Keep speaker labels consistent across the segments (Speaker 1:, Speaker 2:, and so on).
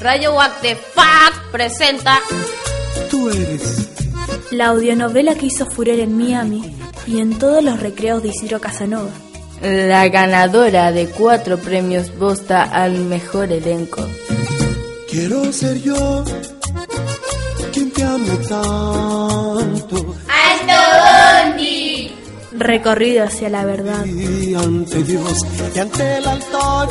Speaker 1: Radio What the Fuck presenta
Speaker 2: Tú eres.
Speaker 3: La audionovela que hizo furor en Miami y en todos los recreos de Isidro Casanova.
Speaker 4: La ganadora de cuatro premios Bosta al mejor elenco.
Speaker 2: Quiero ser yo quien te ame tanto
Speaker 1: Alto Bondi.
Speaker 3: Recorrido hacia la verdad.
Speaker 2: y ante Dios y ante el altar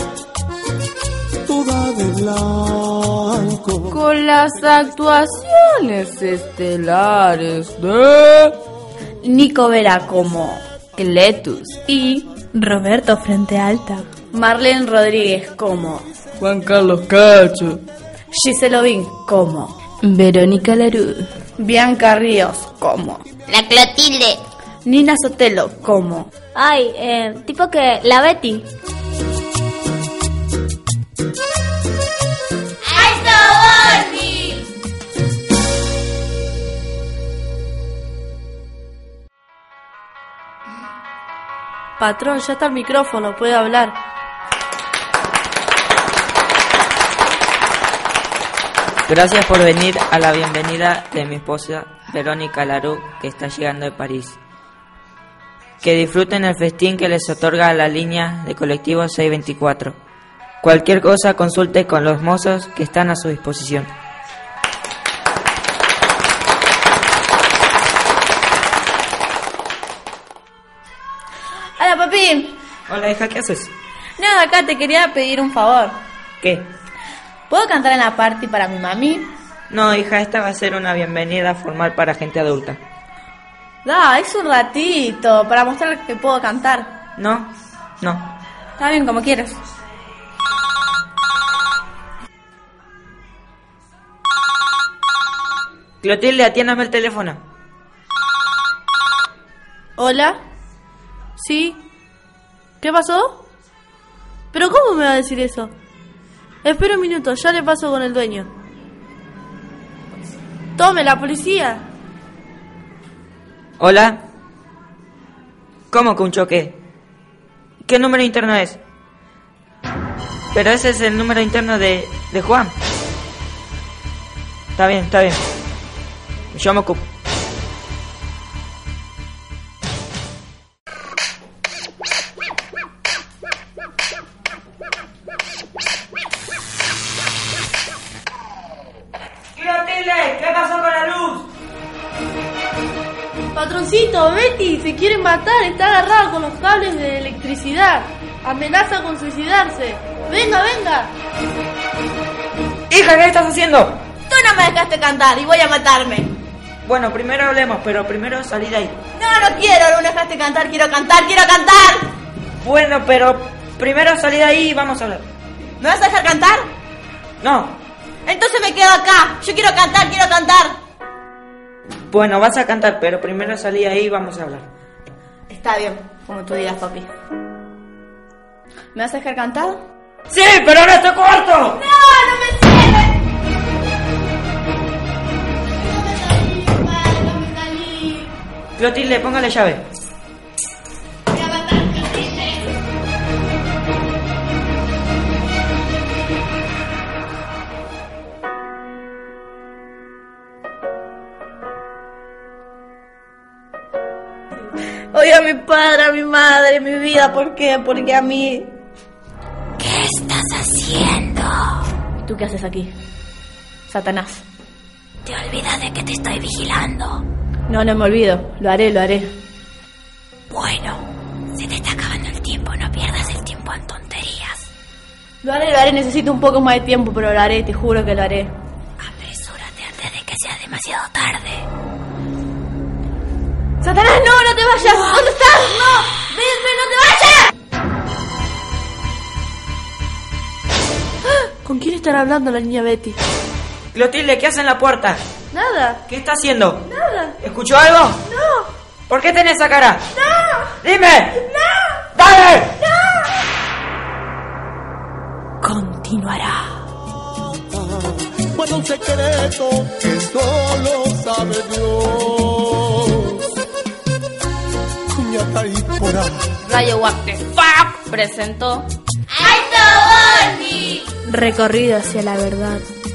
Speaker 2: toda de blanco.
Speaker 4: Con las actuaciones estelares de
Speaker 5: Nico Vera como
Speaker 4: Cletus,
Speaker 5: y
Speaker 3: Roberto Frente Alta.
Speaker 5: Marlene Rodríguez como
Speaker 4: Juan Carlos Cacho,
Speaker 5: Giselle Ovin como
Speaker 4: Verónica Larú,
Speaker 5: Bianca Ríos como
Speaker 1: La Clotilde.
Speaker 5: Nina Sotelo como
Speaker 6: Ay, eh, tipo que la Betty.
Speaker 1: Alto Bondi.
Speaker 3: Patrón, ya está el micrófono, puede hablar.
Speaker 7: Gracias por venir a la bienvenida de mi esposa Verónica Larú, que está llegando de París. Que disfruten el festín que les otorga la línea de colectivo 624. Cualquier cosa consulte con los mozos que están a su disposición.
Speaker 5: Hola papi,
Speaker 7: Hola hija, ¿qué haces?
Speaker 5: nada acá te quería pedir un favor.
Speaker 7: ¿Qué?
Speaker 5: ¿Puedo cantar en la party para mi mami?
Speaker 7: No, hija, esta va a ser una bienvenida formal para gente adulta.
Speaker 5: Da, es un ratito para mostrar que puedo cantar.
Speaker 7: ¿No? No.
Speaker 5: Está bien como quieras.
Speaker 7: Clotilde, atiéndame el teléfono.
Speaker 5: Hola.
Speaker 3: ¿Sí? ¿Qué pasó? ¿Pero cómo me va a decir eso? Espera un minuto, ya le paso con el dueño. Tome, la policía.
Speaker 7: ¿Hola? ¿Cómo que un choque? ¿Qué número interno es? Pero ese es el número interno de, de Juan. Está bien, está bien. Yo me ocupo. ¿Qué pasó con la luz?
Speaker 3: Patroncito, Betty, se quiere matar, está agarrada con los cables de electricidad. Amenaza con suicidarse. Venga, venga.
Speaker 7: Hija, ¿qué estás haciendo?
Speaker 5: Tú no me dejaste cantar y voy a matarme.
Speaker 7: Bueno, primero hablemos, pero primero salí de ahí.
Speaker 5: No, no quiero, no me dejaste cantar, quiero cantar, quiero cantar.
Speaker 7: Bueno, pero primero salí de ahí y vamos a hablar.
Speaker 5: ¿Me vas a dejar cantar?
Speaker 7: No.
Speaker 5: Entonces me quedo acá. Yo quiero cantar, quiero cantar.
Speaker 7: Bueno, vas a cantar, pero primero salí de ahí y vamos a hablar.
Speaker 5: Está bien, como tú digas, papi. ¿Me vas a dejar cantar?
Speaker 7: ¡Sí, pero ahora estoy cuarto! Clotilde, ponga la llave.
Speaker 5: Oye, a mi padre, a mi madre, mi vida, ¿por qué? Porque a mí. ¿Qué estás haciendo? ¿Tú qué haces aquí? Satanás. ¿Te olvidas de que te estoy vigilando? No, no me olvido. Lo haré, lo haré. Bueno, se te está acabando el tiempo, no pierdas el tiempo en tonterías. Lo haré, lo haré, necesito un poco más de tiempo, pero lo haré, te juro que lo haré. Satanás, no, no te vayas. ¿Dónde estás? No, ven, ven, no te vayas.
Speaker 3: ¿Con quién estará hablando la niña Betty?
Speaker 7: Clotilde, ¿qué hace en la puerta?
Speaker 3: Nada,
Speaker 7: ¿Qué está haciendo?
Speaker 3: nada,
Speaker 7: ¿Escuchó algo?
Speaker 3: no,
Speaker 7: ¿Por qué tenés esa cara?
Speaker 3: no,
Speaker 7: ¡Dime!
Speaker 3: no.
Speaker 7: ¡Dale!
Speaker 2: Bueno, un secreto que solo sabe Dios. Cuñata y por ahí.
Speaker 1: Radio What the Fuck presentó Alto Bondi.
Speaker 3: Recorrido hacia la verdad.